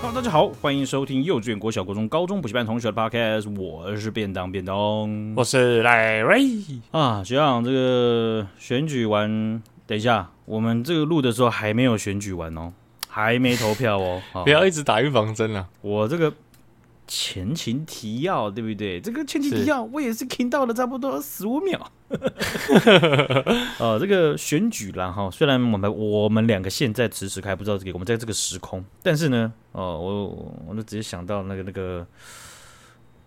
Hello，大家好，欢迎收听幼稚园、国小、国中、高中补习班同学的 Podcast，我是便当便当我是赖瑞。啊。学长，这个选举完，等一下，我们这个录的时候还没有选举完哦，还没投票哦。 好不要一直打预防针啊了，我这个前情提要，对不对？这个前情是提要我也是听到了差不多十五秒。呃，这个选举啦哈，虽然我们我们两个现在迟迟开不知道这个，我们在这个时空，但是呢，哦，我我就直接想到那个那个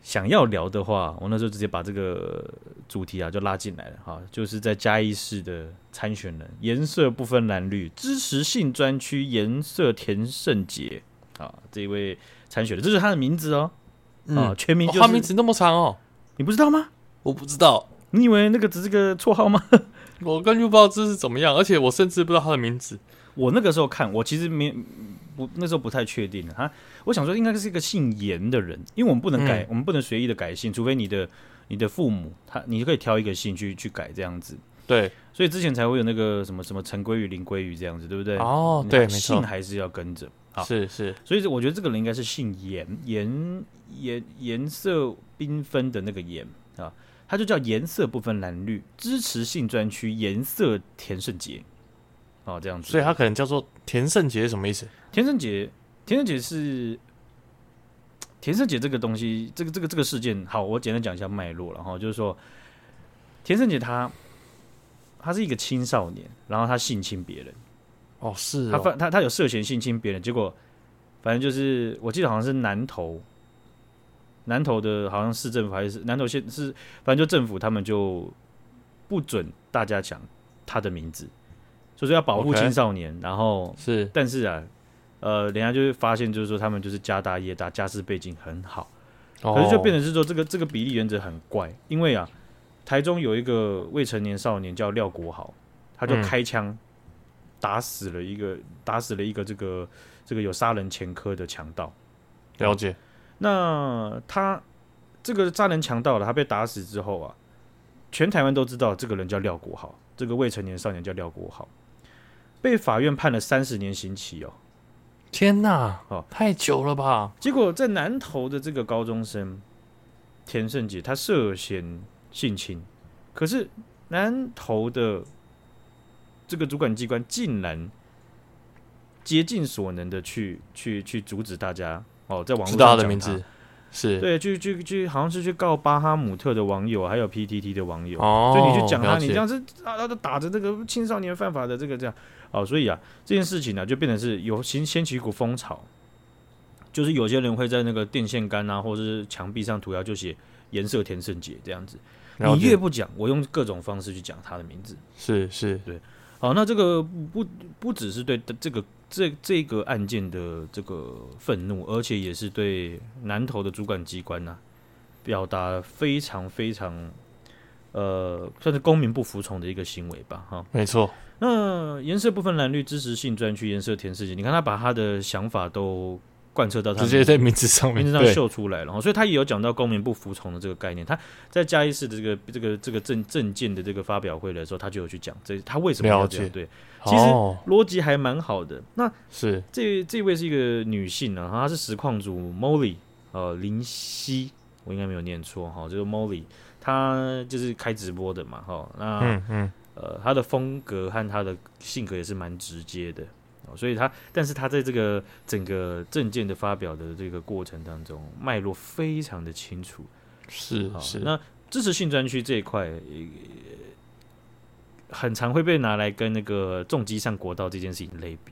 想要聊的话，我那时候直接把这个主题啊就拉进来了哈，就是在嘉义市的参选人，颜色不分蓝绿，支持性专区颜色田胜杰啊，这一位参选的，这是他的名字哦，啊，嗯，全名哦就是、他名字那么长哦，你不知道吗？我不知道，你以为那个只是个绰号吗？我根本不知道这是怎么样，而且我甚至不知道他的名字。我那个时候看，我其实没不那时候不太确定啊。我想说应该是一个姓严的人，因为我们不能改，嗯我们不能随意的改姓，除非你的你的父母他你就可以挑一个姓去去改这样子。对，所以之前才会有那个什么什么陈归于林归于这样子，对不对？哦你，对，没姓错，还是要跟着。好是是，所以我觉得这个人应该是姓颜，颜颜颜色缤纷的那个颜啊，他就叫颜色不分蓝绿，支持性专区颜色田胜杰啊，这样子。所以他可能叫做田胜杰，什么意思？田胜杰，田胜杰是田胜杰这个东西，这个这个这个事件，好，我简单讲一下脉络了哈，然后就是说，田胜杰他他是一个青少年，然后他性侵别人。哦，是他哦，犯他他有涉嫌性侵别人，结果反正就是我记得好像是南投，南投的好像市政府还是南投县是，反正就政府他们就不准大家讲他的名字，所以说要保护 OK 青少年。然后是但是啊，呃，人家就会发现就是说他们就是家大业大，家世背景很好，可是就变成成是说这个这个比例原则很怪，因为啊，台中有一个未成年少年叫廖国豪，他就嗯开枪打死了一个、打死了一个这个这个有杀人前科的强盗。了解，那他这个杀人强盗了，他被打死之后啊，全台湾都知道这个人叫廖国豪，这个未成年少年叫廖国豪，被法院判了三十年刑期哦。天哪哦，太久了吧？结果在南投的这个高中生田胜杰，他涉嫌性侵，可是南投的这个主管机关竟然竭尽所能的去去去阻止大家哦，在网络知道上他的讲名字，是对，去去去，好像是去告巴哈姆特的网友，还有 PTT 的网友。哦，所以你去讲他，了解你这样是啊，他打着这个青少年犯法的这个这样，哦，所以啊，这件事情呢、就变成是有掀掀起一股风潮，就是有些人会在那个电线杆啊，或者是墙壁上涂鸦，就写颜色田胜杰这样子。了你解越不讲，我用各种方式去讲他的名字。是是好，那这个不不不只是对这个这这个案件的这个愤怒，而且也是对南投的主管机关呐、表达非常非常呃，算是公民不服从的一个行为吧，哈。没错，那颜色不分蓝绿，支持性专区颜色填世界，你看他把他的想法都贯彻到他直的接在名字上面，名字上对秀出来了，哈所以他也有讲到公民不服从的这个概念。他在嘉义市的这个这个这个政政见的这个发表会的时候，他就有去讲这他为什么要了这样解对。其实哦，逻辑还蛮好的。那是这这位是一个女性啊，她是实况主 Molly，呃，林夕，我应该没有念错哈，就是 Molly，她就是开直播的嘛哈。那、嗯嗯，呃，她的风格和她的性格也是蛮直接的，哦所以她，但是她在这个整个证件的发表的这个过程当中，脉络非常的清楚。是好是，那支持性专区这一块，呃很常会被拿来跟那个重机上国道这件事情类比。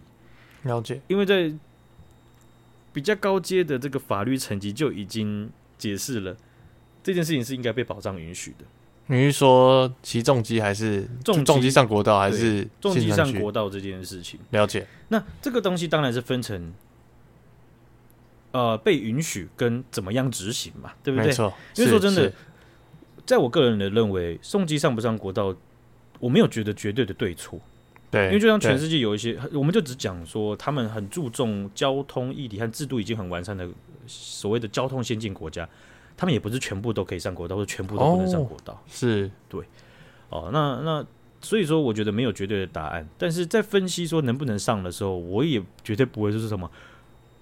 了解，因为在比较高阶的这个法律层级就已经解释了这件事情是应该被保障允许的。你是说骑重机还是重机重机上国道还对是重机新上山区国道这件事情，了解那这个东西当然是分成呃被允许跟怎么样执行嘛，对不没对？错，因为是说真的是在我个人的认为，送机上不上国道，我没有觉得绝对的对错，对，因为就像全对世界有一些，我们就只讲说他们很注重交通议题和制度已经很完善的呃所谓的交通先进国家，他们也不是全部都可以上国道，或者全部都不能上国道。是啊哦，那那所以说，我觉得没有绝对的答案，但是在分析说能不能上的时候，我也绝对不会说是什么。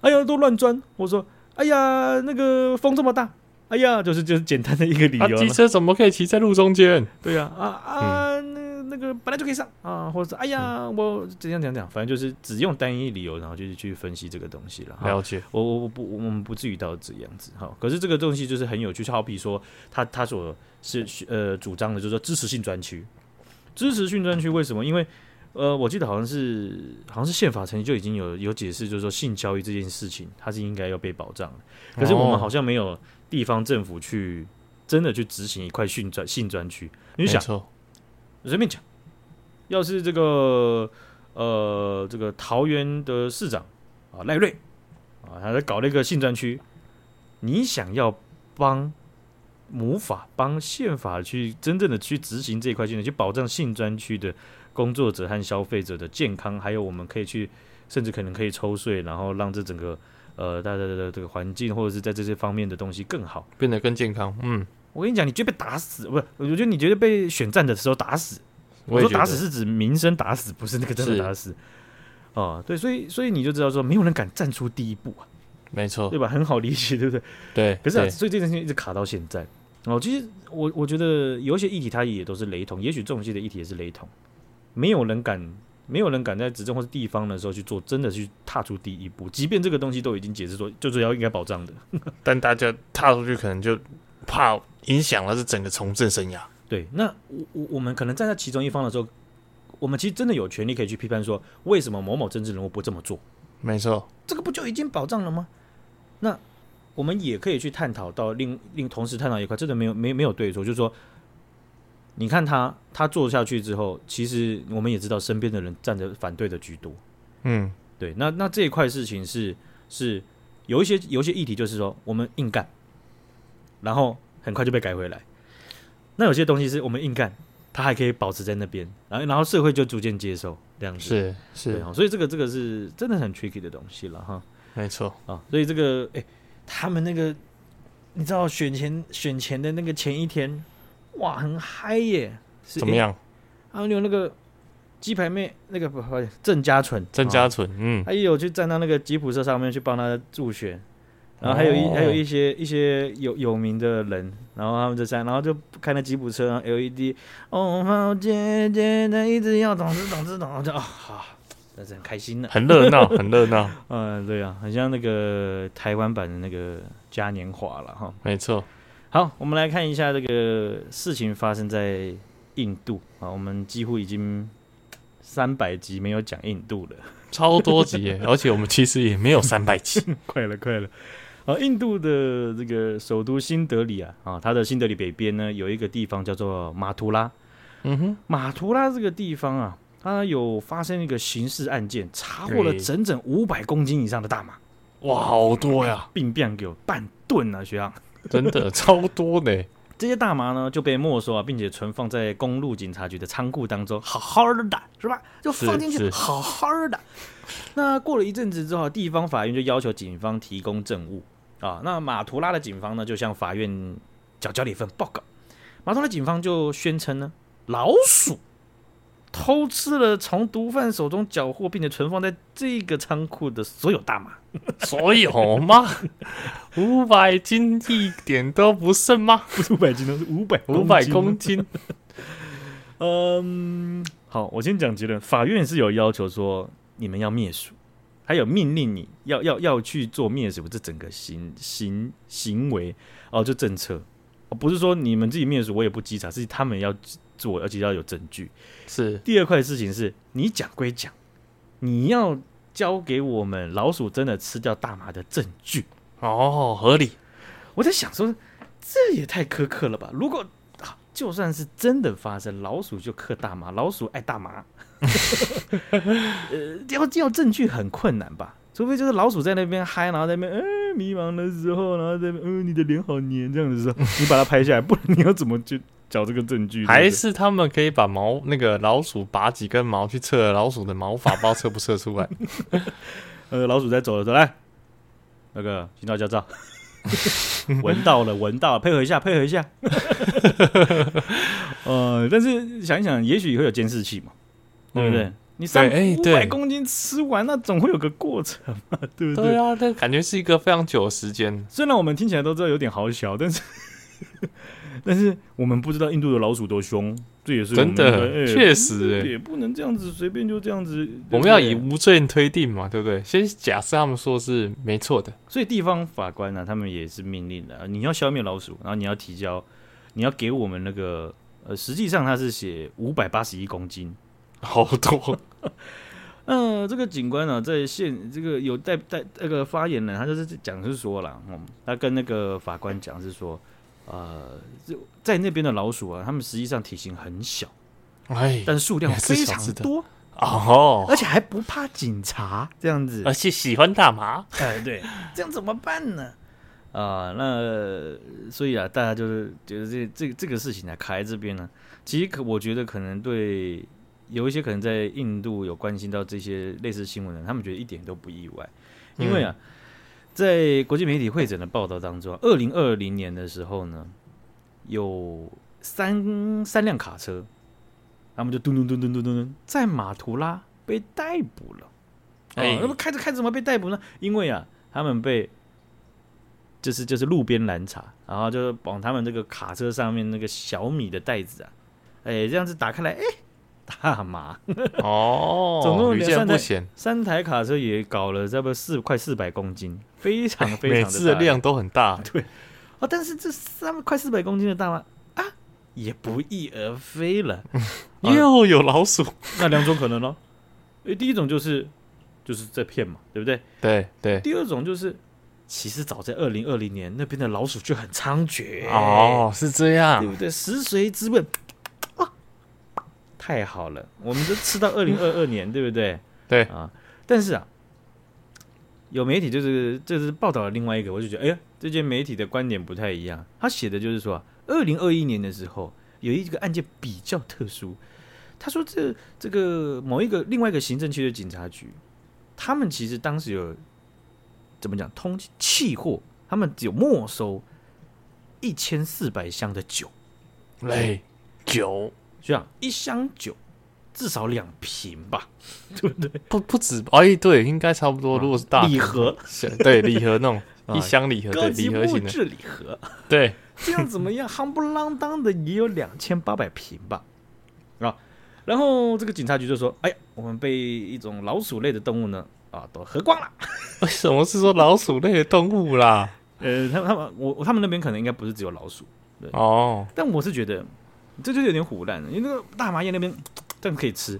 哎呀都乱钻，我说哎呀那个风这么大，哎呀就是就是简单的一个理啊，由机了。车怎么可以骑在路中间？对呀啊啊那那个本来就可以上啊，或者是哎呀我怎样怎样怎样，反正就是只用单一理由，然后就是去分析这个东西了。哈了解，我我我不我们不至于到这样子哈。可是这个东西就是很有趣，就好比说他他所是呃主张的，就是说支持性专区，支持性专区为什么？因为呃，我记得好像是好像是宪法层就已经有有解释，就是说性交易这件事情它是应该要被保障的。可是我们哦好像没有地方政府去真的去执行一块性专性专区。你没就想错，随便讲，要是这个呃这个桃园的市长啊赖瑞啊，他在搞那个性专区，你想要帮母法帮宪法去真正的去执行这一块性，去保障性专区的工作者和消费者的健康，还有我们可以去甚至可能可以抽税，然后让这整个呃大家的这个环境或者是在这些方面的东西更好。变得更健康。嗯，我跟你讲，你绝对被打死，不是？我觉得你绝对被选战的时候打死。我也说觉打得死是指民生打死，不是那个真的是打死。哦，对，所以所以你就知道说，没有人敢站出第一步啊，没错对，吧？ 很好理解，对不对？对。可是、啊，哦对所以这件事情一直卡到现在。哦，其实我我觉得有一些议题它也都是雷同，也许这种系的议题也是雷同，没有人敢，没有人敢在执政或是地方的时候去做，真的去踏出第一步，即便这个东西都已经解释说，就是要应该保障的，但大家踏出去可能就怕影响了这整个从政生涯。对，那我我我们可能站在其中一方的时候，我们其实真的有权利可以去批判说，为什么某某政治人物不这么做？没错，这个不就已经保障了吗？那我们也可以去探讨到另另同时探讨一块，真的没有没没有对错，就是说，你看他他做下去之后，其实我们也知道身边的人站着反对的居多，嗯，对，那那这一块事情是是有一些有一些议题，就是说我们硬干，然后很快就被改回来。那有些东西是我们硬干，它还可以保持在那边，然后然后社会就逐渐接受这样子。是嗯对是，哦，所以这个这个是真的很 tricky 的东西了哈没错，啊，所以这个哎，他们那个你知道选前选前的那个前一天，哇，很嗨耶，是怎么？样？还有那个鸡排妹那个不，不好意思郑嘉纯，郑啊家纯，嗯，他也有去站到那个吉普车上面去帮他助选，然后还有一、哦还有一些一些有有名的人，然后他们就站，然后就开那吉普车，然后 LED，哦，好姐姐的一直要懂事懂事懂事，就啊、好，但是很开心呢、很热闹，很热闹，嗯，对啊，很像那个台湾版的那个嘉年华了哈。没错，好，我们来看一下这个事情发生在印度啊，我们几乎已经三百集没有讲印度了。 超多集耶，而且我们其实也没有三百集，快了，快了。啊，印度的这个首都新德里啊，啊，它的新德里北边呢有一个地方叫做马图拉。嗯哼，马图拉这个地方啊，它有发生一个刑事案件，查获了对整整五百公斤以上的大麻，哇，好多呀，并变给我半吨啊，学长。真的超多呢，这些大麻呢就被没收啊，并且存放在公路警察局的仓库当中，好好的，是吧？就放进去，是好好的。那过了一阵子之后，地方法院就要求警方提供证物啊。那马图拉的警方呢，就向法院缴交了一份报告。马图拉警方就宣称呢，老鼠偷吃了从毒贩手中缴获，并且存放在这个仓库的所有大麻。所有 吗？五百斤一点都不剩吗？不是五百斤，都是五百五百公斤，嗯，好，我先讲结论。法院是有要求说你们要灭鼠，还有命令你要要要去做灭鼠这整个行行行为哦，就政策、哦不是说你们自己灭鼠我也不稽查，是他们要做，而且要有证据。是第二块事情是你讲归讲，你要交给我们老鼠真的吃掉大麻的证据。哦，合理，我在想说，这也太苛刻了吧？如果、啊、就算是真的发生，老鼠就嗑大麻，老鼠爱大麻， 呃，要要证据很困难吧？除非就是老鼠在那边嗨，然后在那边呃迷茫的时候，然后在那边呃你的脸好黏这样子的时候，你把它拍下来，不然你要怎么去找这个证据？对不对还是他们可以把毛那个老鼠拔几根毛去测老鼠的毛发，不知道测不测出 来。呃老鼠在走的时候，来那个行道驾 照，闻到了，闻到了，配合一下，配合一 下。呃，但是想一想，也许会有监视器嘛，对不对？你三哎五对百公斤吃完，那总会有个过程嘛，对不对啊，但感觉是一个非常久的时间。虽然我们听起来都知道有点好小，但是 但是我们不知道印度的老鼠多凶，这也是我真们的，哎确实、欸，也不能这样子随便就这样子。我们要对以不对无罪推定嘛，对不对？先假设他们说是没错的，所以地方法官呢、他们也是命令的，呃你要消灭老鼠，然后你要提交，你要给我们那个呃，实际上他是写五百八十一公斤。好多嗯、这个警官呢、在现这个有代代那个发言人，他就是讲是说了，嗯，他跟那个法官讲是说，呃，这在那边的老鼠啊，它们实际上体型很小。 哎但数量也是非小常只的多，哦，而且还不怕警察这样子。而且喜欢大麻，哎，对， 这样怎么办呢？啊、那所以啊，大家就是觉得这这这个事情啊，卡在这边呢、其实可我觉得可能对有一些可能在印度有关心到这些类似新闻的人，他们觉得一点都不意外，因为啊，在国际媒体会诊的报道当中啊，二零二零年的时候呢，有三三辆卡车，他们就咚咚咚咚咚咚咚在马图拉被逮捕了。哎、哎那么开着开着怎么被逮捕呢？因为啊，他们被就是就是路边拦查，然后就往他们这个卡车上面那个小米的袋子啊，哎、这样子打开来，哎、大麻。 哦，总共屡两见三不台鲜，三台卡车也搞了差不多四快四百公斤，非常非哎每常次的的大量都很 大，哦，但是这三快四百公斤的大麻啊，也不翼而飞了。啊又有老鼠，那两种可能咯，诶，第一种就是就是在骗嘛，对不对？ 对 对，第二种就是，其实早在二零二零年那边的老鼠就很猖獗，哦，是这对样，不对？食髓知味，啊太好了，我们就吃到二零二二年，对不对？对啊，但是啊，有媒体就是就是报道了另外一个，我就觉得，哎呀，这些媒体的观点不太一样。他写的就是说、啊，二零二一年的时候有一个案件比较特殊，他说这这个某一个另外一个行政区的警察局，他们其实当时有怎么讲通缉弃货，他们有没收一千四百箱的酒。嘞，九这样一箱酒至少两瓶吧，不不止，哎，对，应该差不多，如果是大啊礼盒，小 对礼盒那种 啊一箱礼盒，对高级礼盒木型的，质礼盒，对， 这样怎么样？夯不啷当的也有两千八百瓶吧，啊，然后这个警察局就说：“哎呀，我们被一种老鼠类的动物呢，啊，都喝光了。为哎什么是说老鼠类的动物啦？”呃，他们他们我他们那边可能应该不是只有老鼠，哦，但我是觉得这就有点虎烂了，因为那个大麻叶那边但可以吃，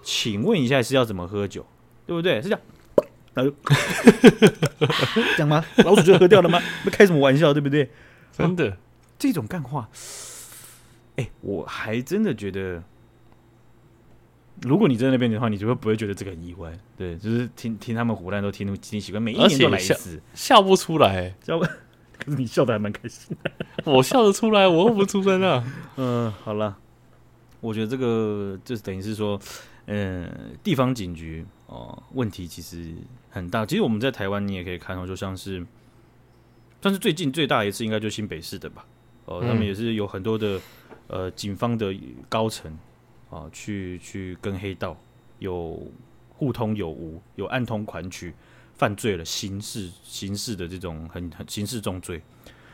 请问一下是要怎么喝酒，对不对？是这样，然 后就这哎样吗？老鼠就喝掉了吗？那开什么玩笑，对不对？真的，这种干话，哎、我还真的觉得，如果你在那边的话，你就会不会觉得这个很意外？对，就是听听他们胡乱都听听习惯，每一而年且都来一像次，笑不出来，知道吧？ 可是你笑的还蛮开心。我笑得出来，我又不出声啊。 嗯，好了，我觉得这个就是等于是说，嗯，地方警局哦，问题其实很大。其实我们在台湾你也可以看到，就像是，但是最近最大一次应该就新北市的吧，哦，他们嗯也是有很多的呃警方的高层啊、哦去去跟黑道有互通有无，有暗通款曲，犯罪了刑事刑事的这种很很刑事重罪。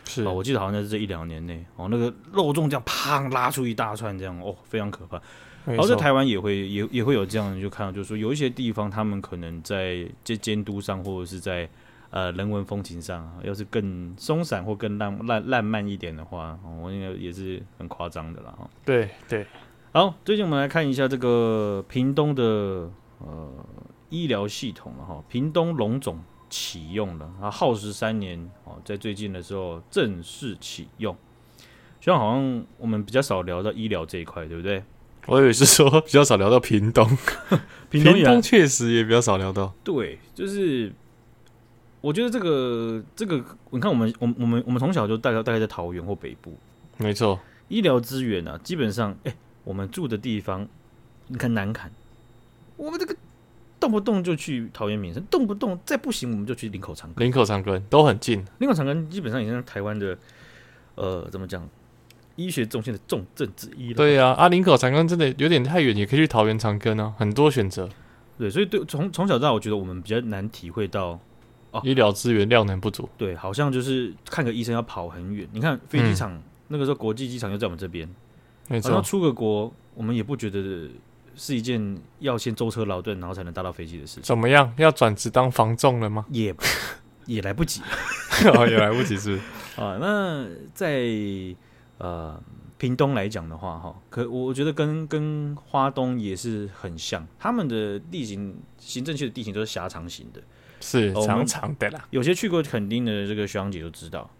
是哦，我记得好像在这一两年内，哦，那个肉粽这样砰拉出一大串，这样哦，非常可怕。然然后在台湾也会也也会有这样，就看到就是说有一些地方他们可能在监监督上，或者是在呃人文风情上，要是更松散或更浪浪浪漫一点的话，哦、我应该也是很夸张的啦。哦对对，好，最近我们来看一下这个屏东的呃医疗系统了哈，屏东龙总启用了，它耗时三年哦，在最近的时候正式启用。虽然好像我们比较少聊到医疗这一块，对不对？我以为是说比较少聊到屏东，屏东啊也确实也比较少聊到。对，就是我觉得这个这个，你看我们我们我们我们从小就大概大概在桃园或北部，没错，医疗资源啊，基本上，哎、我们住的地方，你看南坎，我们这个动不动就去桃园民生，动不动再不行我们就去林口长庚。林口长庚都很近，林口长庚基本上已经是台湾的，呃，怎么讲，医学重县的重症之一了。对呀、啊，阿林口长庚真的有点太远，也可以去桃园长庚啊，很多选择，对，所以对从从小到大，我觉得我们比较难体会到，哦医疗资源量能不足。对，好像就是看个医生要跑很远。你看飞机场、那个时候，国际机场就在我们这边，没然后错，出个国，我们也不觉得是一件要先舟车劳顿，然后才能搭到飞机的事情，怎么样？要转职当房仲了吗？也 也来不及 哦，也来不及是不是啊。那在呃屏东来讲的话，哈，可我我觉得跟跟花东也是很像，他们的地形行政区的地形都是狭长型的，是哦我长们长的啦，有些去过垦丁的这个学长姐就知道，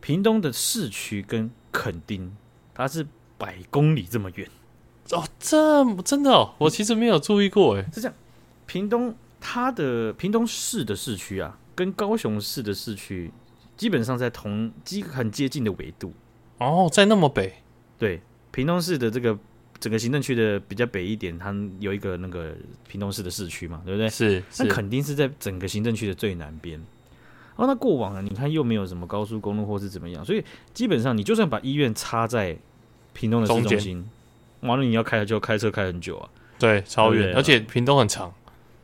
屏东的市区跟垦丁它是百公里这么远。哦，这么真的哦，我其实没有注意过哎，屏东它的屏东市的市区啊，跟高雄市的市区基本上在同基很接近的纬度。哦，在那么北，对，屏东市的这个整个行政区的比较北一点，它有一个那个屏东市的市区嘛，对不对？是那是，肯定是在整个行政区的最南边。哦，那过往啊，你看又没有什么高速公路或是怎么样，所以基本上你就算把医院插在屏东的市中间中心，完了你要开就开车开很久啊。对，超对远，啊而且屏东很长，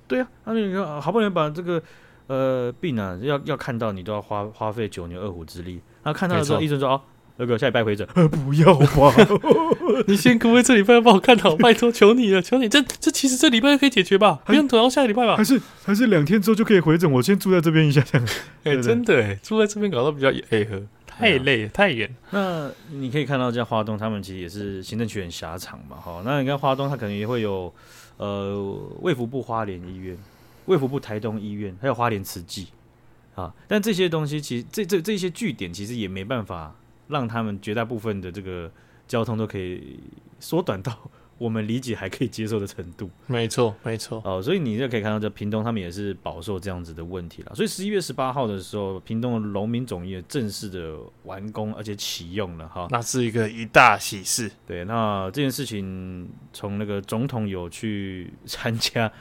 对啊，那你看好不容易把这个呃病啊要要看到，你都要花花费九牛二虎之力。然后看到的时候，没错医生说哦，那个下礼拜回诊，呃不要吧。 你先可不可以这礼拜帮我看 好？拜托，求你了，求你！这这其实这礼拜就可以解决吧，不用等到下个礼拜吧？是还是两天之后就可以回诊，我先住在这边一下。 哎、对对真的哎，住在这边搞到比较哎呵，啊太累了，太远。 那你可以看到，在花东，他们其实也是行政区很狭长嘛，哈。那你看花东，它可能也会有呃卫福部花莲医院、卫福部台东医院，还有花莲慈济啊。但这些东西其实这这这些据点其实也没办法让他们绝大部分的这个交通都可以缩短到我们理解还可以接受的程度 没错，没错，哦、所以你就可以看到，这屏东他们也是饱受这样子的问题了。所以十一月十八号的时候，屏东的农民总业正式的完工，而且启用了哈。那是一个一大喜事。对，那这件事情从那个总统有去参加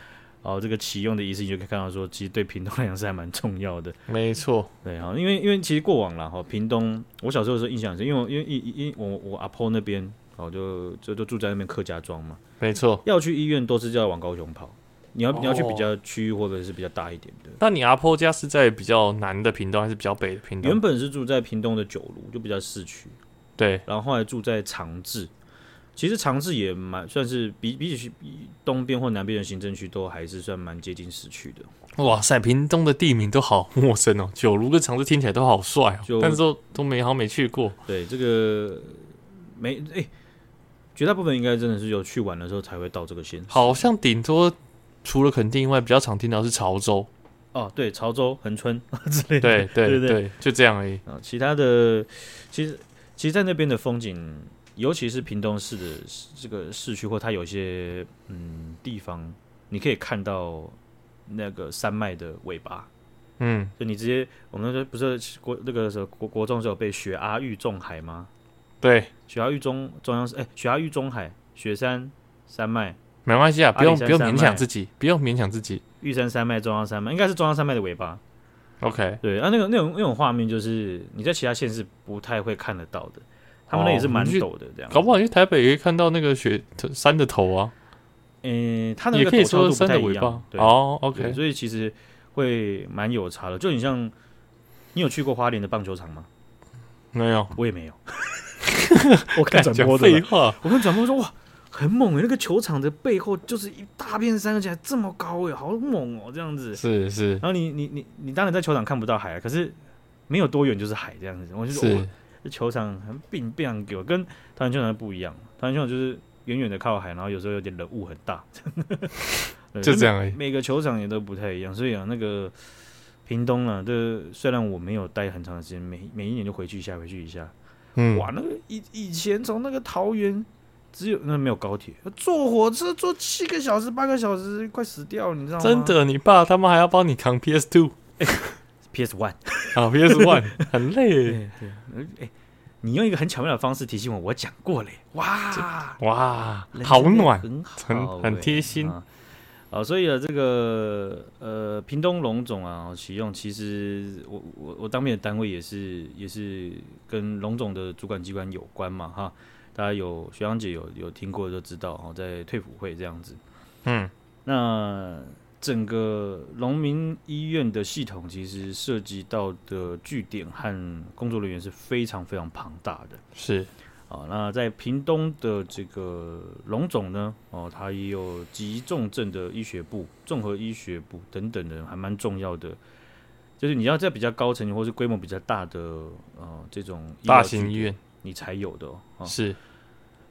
哦这个启用的仪式，你就可以看到说，其实对屏东来讲是还蛮重要的。没错，对啊，因为因为其实过往啦哈，哦屏东我小时候的时候印象很深，因为我因为因因因我我阿婆那边哦就就就住在那边客家庄嘛，没错。要去医院都是要往高雄跑，你要你要去比哦较区域或者是比较大一点的。那你阿婆家是在比较南的屏东，还是比较北的屏原东？本是住在屏东的九如，就比较市区，对，然后后来住在长治。其实长治也蛮算是比比起比东边或南边的行政区都还是算蛮接近市区的。哇塞，屏东的地名都好陌生哦，九如跟长治听起来都好帅哦就，但是都都没好像没去过。对，这个没哎、绝大部分应该真的是有去玩的时候才会到这个县市。好像顶多除了垦丁以外，比较常听到是潮州。哦，对，潮州、恒春啊之类的。对对对对对，就这样而已。啊，其他的其实其实，在那边的风景，尤其是屏东市的市这个市区，或它有一些嗯地方，你可以看到那个山脉的尾巴。嗯，就你直接，我们那时候不是国那个时候国国中时候被雪阿玉中海吗？对，雪阿玉中中央是哎、雪阿玉中海雪山山脉、没关系啊，阿不用里山不用山勉脉强自己，不用勉强自己。玉山山脉、中央山脉，应该是中央山脉的尾巴。 OK，对啊，那个那种那种画面，就是你在其他县市不太会看得到的，他们那也是哦蛮你去陡的这样。搞不好去台北也可以看到那个雪山的头啊，嗯、它的那也个可陡以峭说度是不山太的一尾样巴。对，哦对，OK，所以其实会蛮有差的。就你像，你有去过花莲的棒球场吗？没 有。我也 没有，我看转播讲的啦废。话，我跟转播说哇，很猛诶，欸那个球场的背后就是一大片山，而且还这么高诶，好猛哦，这样子。是是然后你你你你当然在球场看不到海啊，可是没有多远就是海这样子。我就说哇是，，这球场很并不样给我，跟台湾球场不一样。台湾球场就是远远的靠海，然后有时候有点冷雾很大， 对就这样而已。每个球场也都不太一样，所以啊，那个屏东啊，这虽然我没有待很长的时间，每每一年就回去一下，回去一下，嗯，哇，那个以以前从那个桃园，只有那没有高铁，坐火车坐七个小时、八个小时，快死掉，你知道吗？真的，你爸他妈还要帮你扛 PS Two ，PS One，啊，PS One 很累。对对，哎、你用一个很巧妙的方式提醒我，我讲过嘞，哇，哇人，生好真的暖，很很好很欸贴心啊好，所以呢，这个呃，屏东龙总啊，启用，其实我我我当面的单位也是也是跟龙总的主管机关有关嘛，哈，大家有学长姐有有听过就知道哦，在退辅会这样子，嗯，那整个农民医院的系统其实涉及到的据点和工作人员是非常非常庞大的。是，啊，那在屏东的这个龙总呢，哦，他也有急重症的医学部、综合医学部等等的，还蛮重要的。就是你要在比较高层或是规模比较大的呃这种医疗大据型医点，院你才有的哦。哦是，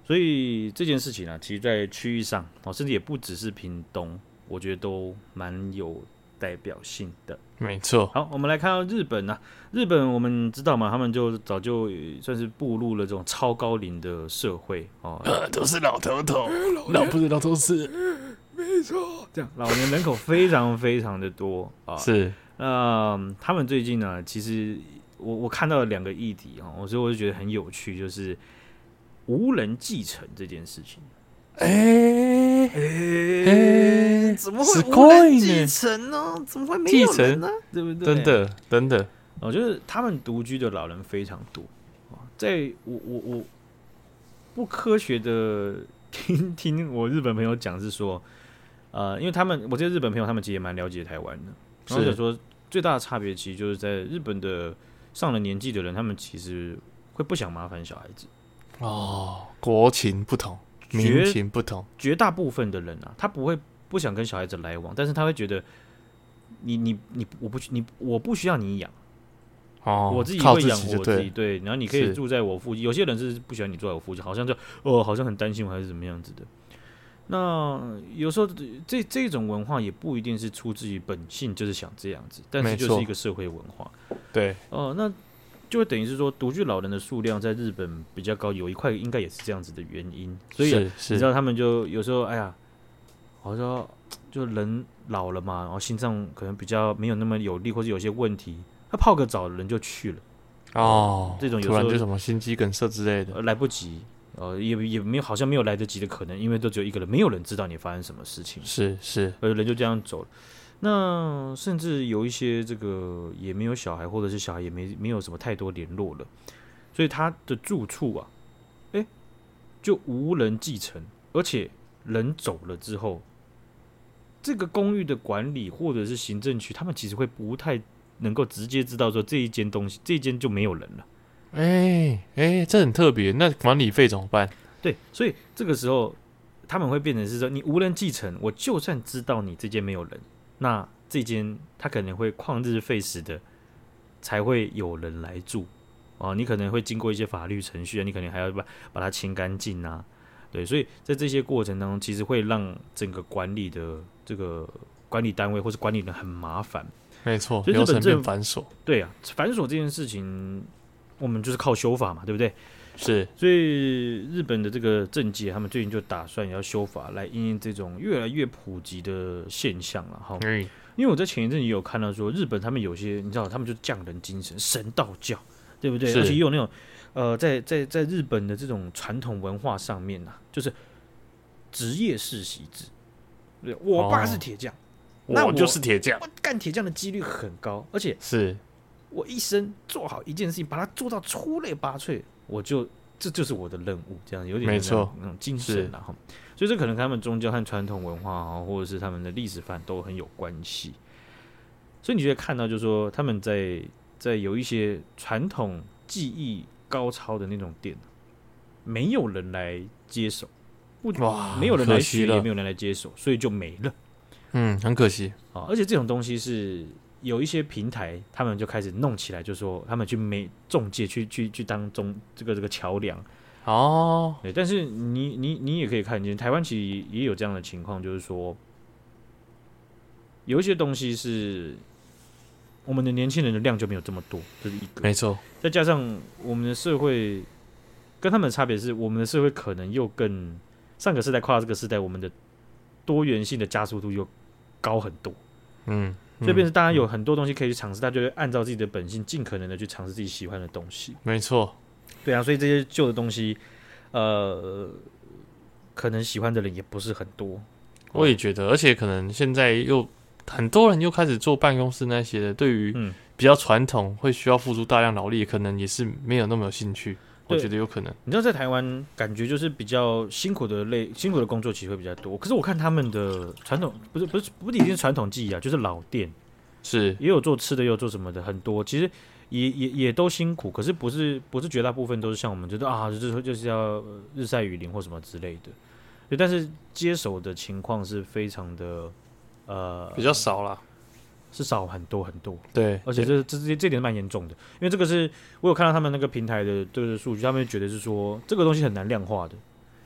所以这件事情呢、其实在区域上哦，甚至也不只是屏东，我觉得都蛮有代表性的。没错，好，我们来看到日本啊，日本我们知道嘛，他们就早就呃算是步入了这种超高龄的社会哦，呃，都是 老头头，老不是老头是这样老年人口非常非常的多啊。是，那、嗯他们最近呢，其实我我看到了两个议题啊，哦所以我就觉得很有趣，就是无人继承这件事情。哎，诶诶怎么す会无ごい人ね继承呢？怎么会没继有承人呢？对不对？真的真的，哦，就是他们独居的老人非常多，哦在我我我不科学的听 听我日本朋友讲是说，呃，因为他们我这些日本朋友他们其实也蛮了解台湾的，然后是想说最大的差别其实就是在日本的上了年纪的人，他们其实会不想麻烦小孩子，哦，国情不同，民绝情不同，绝大部分的人啊，他不会不想跟小孩子来往，但是他会觉得你你你我不你我不需要你养。哦，我自己靠会养己活就自对己，了，对，然后你可以是住在我附近。有些人是不喜欢你住在我附近，好像就哦，好像很担心我还是怎么样子的。那有时候这这种文化也不一定是出自于本性，就是想这样子，但是没就是错一个社会文化。对，哦、那就会等于是说，独居老人的数量在日本比较高，有一块应该也是这样子的原因。所以啊是你是知道他们就有时候，哎呀，好像就人老了嘛，然后心脏可能比较没有那么有力，或者有些问题，他泡个澡人就去了。哦，这种有突然时候就什么心肌梗塞之类的，呃，来不及，呃，也也没有，好像没有来得及的可能，因为都只有一个人，没有人知道你发生什么事情，是是，呃，人就这样走了。那甚至有一些这个也没有小孩，或者是小孩也没没有什么太多联络了，所以他的住处啊，哎、就无人继承，而且人走了之后，这个公寓的管理或者是行政区，他们其实会不太能够直接知道说这一间东西，这一间就没有人了。哎、哎、这很特别。那管理费怎么办？对，所以这个时候他们会变成是说，你无人继承，我就算知道你这间没有人，那这间他可能会旷日费时的才会有人来住哦。你可能会经过一些法律程序啊，你可能还要把把它清干净啊。对，所以在这些过程当中，其实会让整个管理的这个管理单位或是管理人很麻烦。没错，所以日流本程政变府繁琐。对啊，繁琐这件事情，我们就是靠修法嘛，对不对？是所以日本的这个政界，他们最近就打算要修法来应应这种越来越普及的现象了哈。嗯，因为我在前一阵也有看到说，日本他们有些你知道，他们就匠人精神、神道教，对不对？是而且也有那种呃，在在在日本的这种传统文化上面呐、就是职业世袭制。对我爸哦是铁匠，那我铁匠。我干铁匠的几率很高，而且是我一生做好一件事情，把它做到出类拔萃，我就这就是我的任务，这样有点没像那种错那种精神然后，所以这可能跟他们宗教和传统文化啊，或者是他们的历史范都很有关系。所以你就会看到，就是说他们在在有一些传统技艺高超的那种店，没有人来接手，不哇没有人可来惜学，也了没有人来接手，所以就没了。嗯，很可惜。啊，而且这种东西是有一些平台，他们就开始弄起来，就说他们去媒中介去去去当中这个这个桥梁。哦，对，但是你你你也可以看见，台湾其实也有这样的情况，就是说有一些东西是我们的年轻人的量就没有这么多，这、是一个。没错，再加上我们的社会跟他们的差别是，我们的社会可能又更上个时代跨这个时代，我们的多元性的加速度又高很多。嗯，所以变嗯成大家有很多东西可以去尝试，他就会按照自己的本性，尽可能的去尝试自己喜欢的东西。没错，对啊，所以这些旧的东西，呃，可能喜欢的人也不是很多。我也觉得，而且可能现在又很多人又开始做办公室那些的，对于嗯比较传统会需要付出大量劳力，可能也是没有那么有兴趣。我对觉得有可能，你知道在台湾感觉就是比较辛苦的类辛苦的工作其实会比较多，可是我看他们的传统不是不是不仅仅是传统技艺啊，就是老店是也有做吃的，也有做什么的，很多其实也也也都辛苦，可是不是不是绝大部分都是像我们觉得啊，就是就是要呃日晒雨淋或什么之类的，对，但是接手的情况是非常的呃比较少啦。是少很多很多，对，而且这这这这点蛮严重的，因为这个是我有看到他们那个平台的这个数据，他们觉得是说这个东西很难量化的，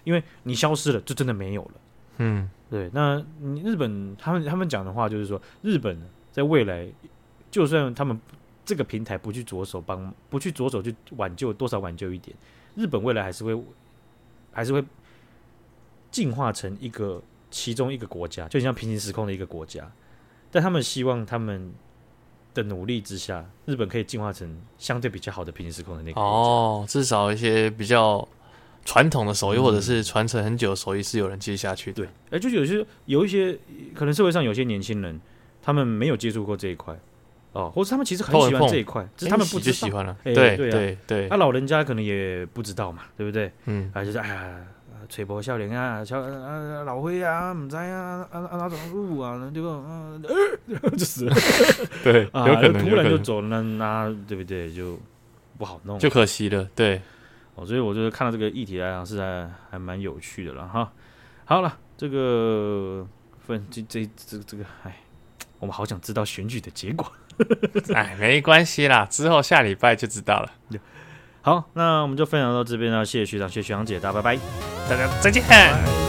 因为你消失了就真的没有了。嗯，对，那你日本他们他们讲的话就是说，日本在未来，就算他们这个平台不去着手帮，不去着手去挽救多少挽救一点，日本未来还是会还是会进化成一个其中一个国家，就很像平行时空的一个国家。但他们希望他们的努力之下，日本可以进化成相对比较好的平行时空的那个国家。哦，至少一些比较传统的手艺，嗯或者是传承很久的手艺，是有人接下去的。对，哎，就是有些有一些可能社会上有些年轻人，他们没有接触过这一块，哦，或者他们其实很碰一喜欢碰这一块，只是哎他们喜不就知喜道。欢了。哎对对啊对对那、，老人家可能也不知道嘛，对不对？嗯，啊，就是哎呀，吹波笑脸啊，笑啊老灰啊，唔知啊，啊啊哪种路啊，对吧？啊，呃就死了对，啊，有可能，突有可然就能，走了，那对不对？就不好弄。就可惜了。 对，哦，所以我觉得看到这个议题来讲是还还蛮有趣的了哈。好了，这个分这这这这个，哎，我们好想知道选举的结果。哎，没关系啦，之后下礼拜就知道了。好，那我们就分享到这边了，谢谢学长，谢谢学长姐，大家拜拜。大家再见。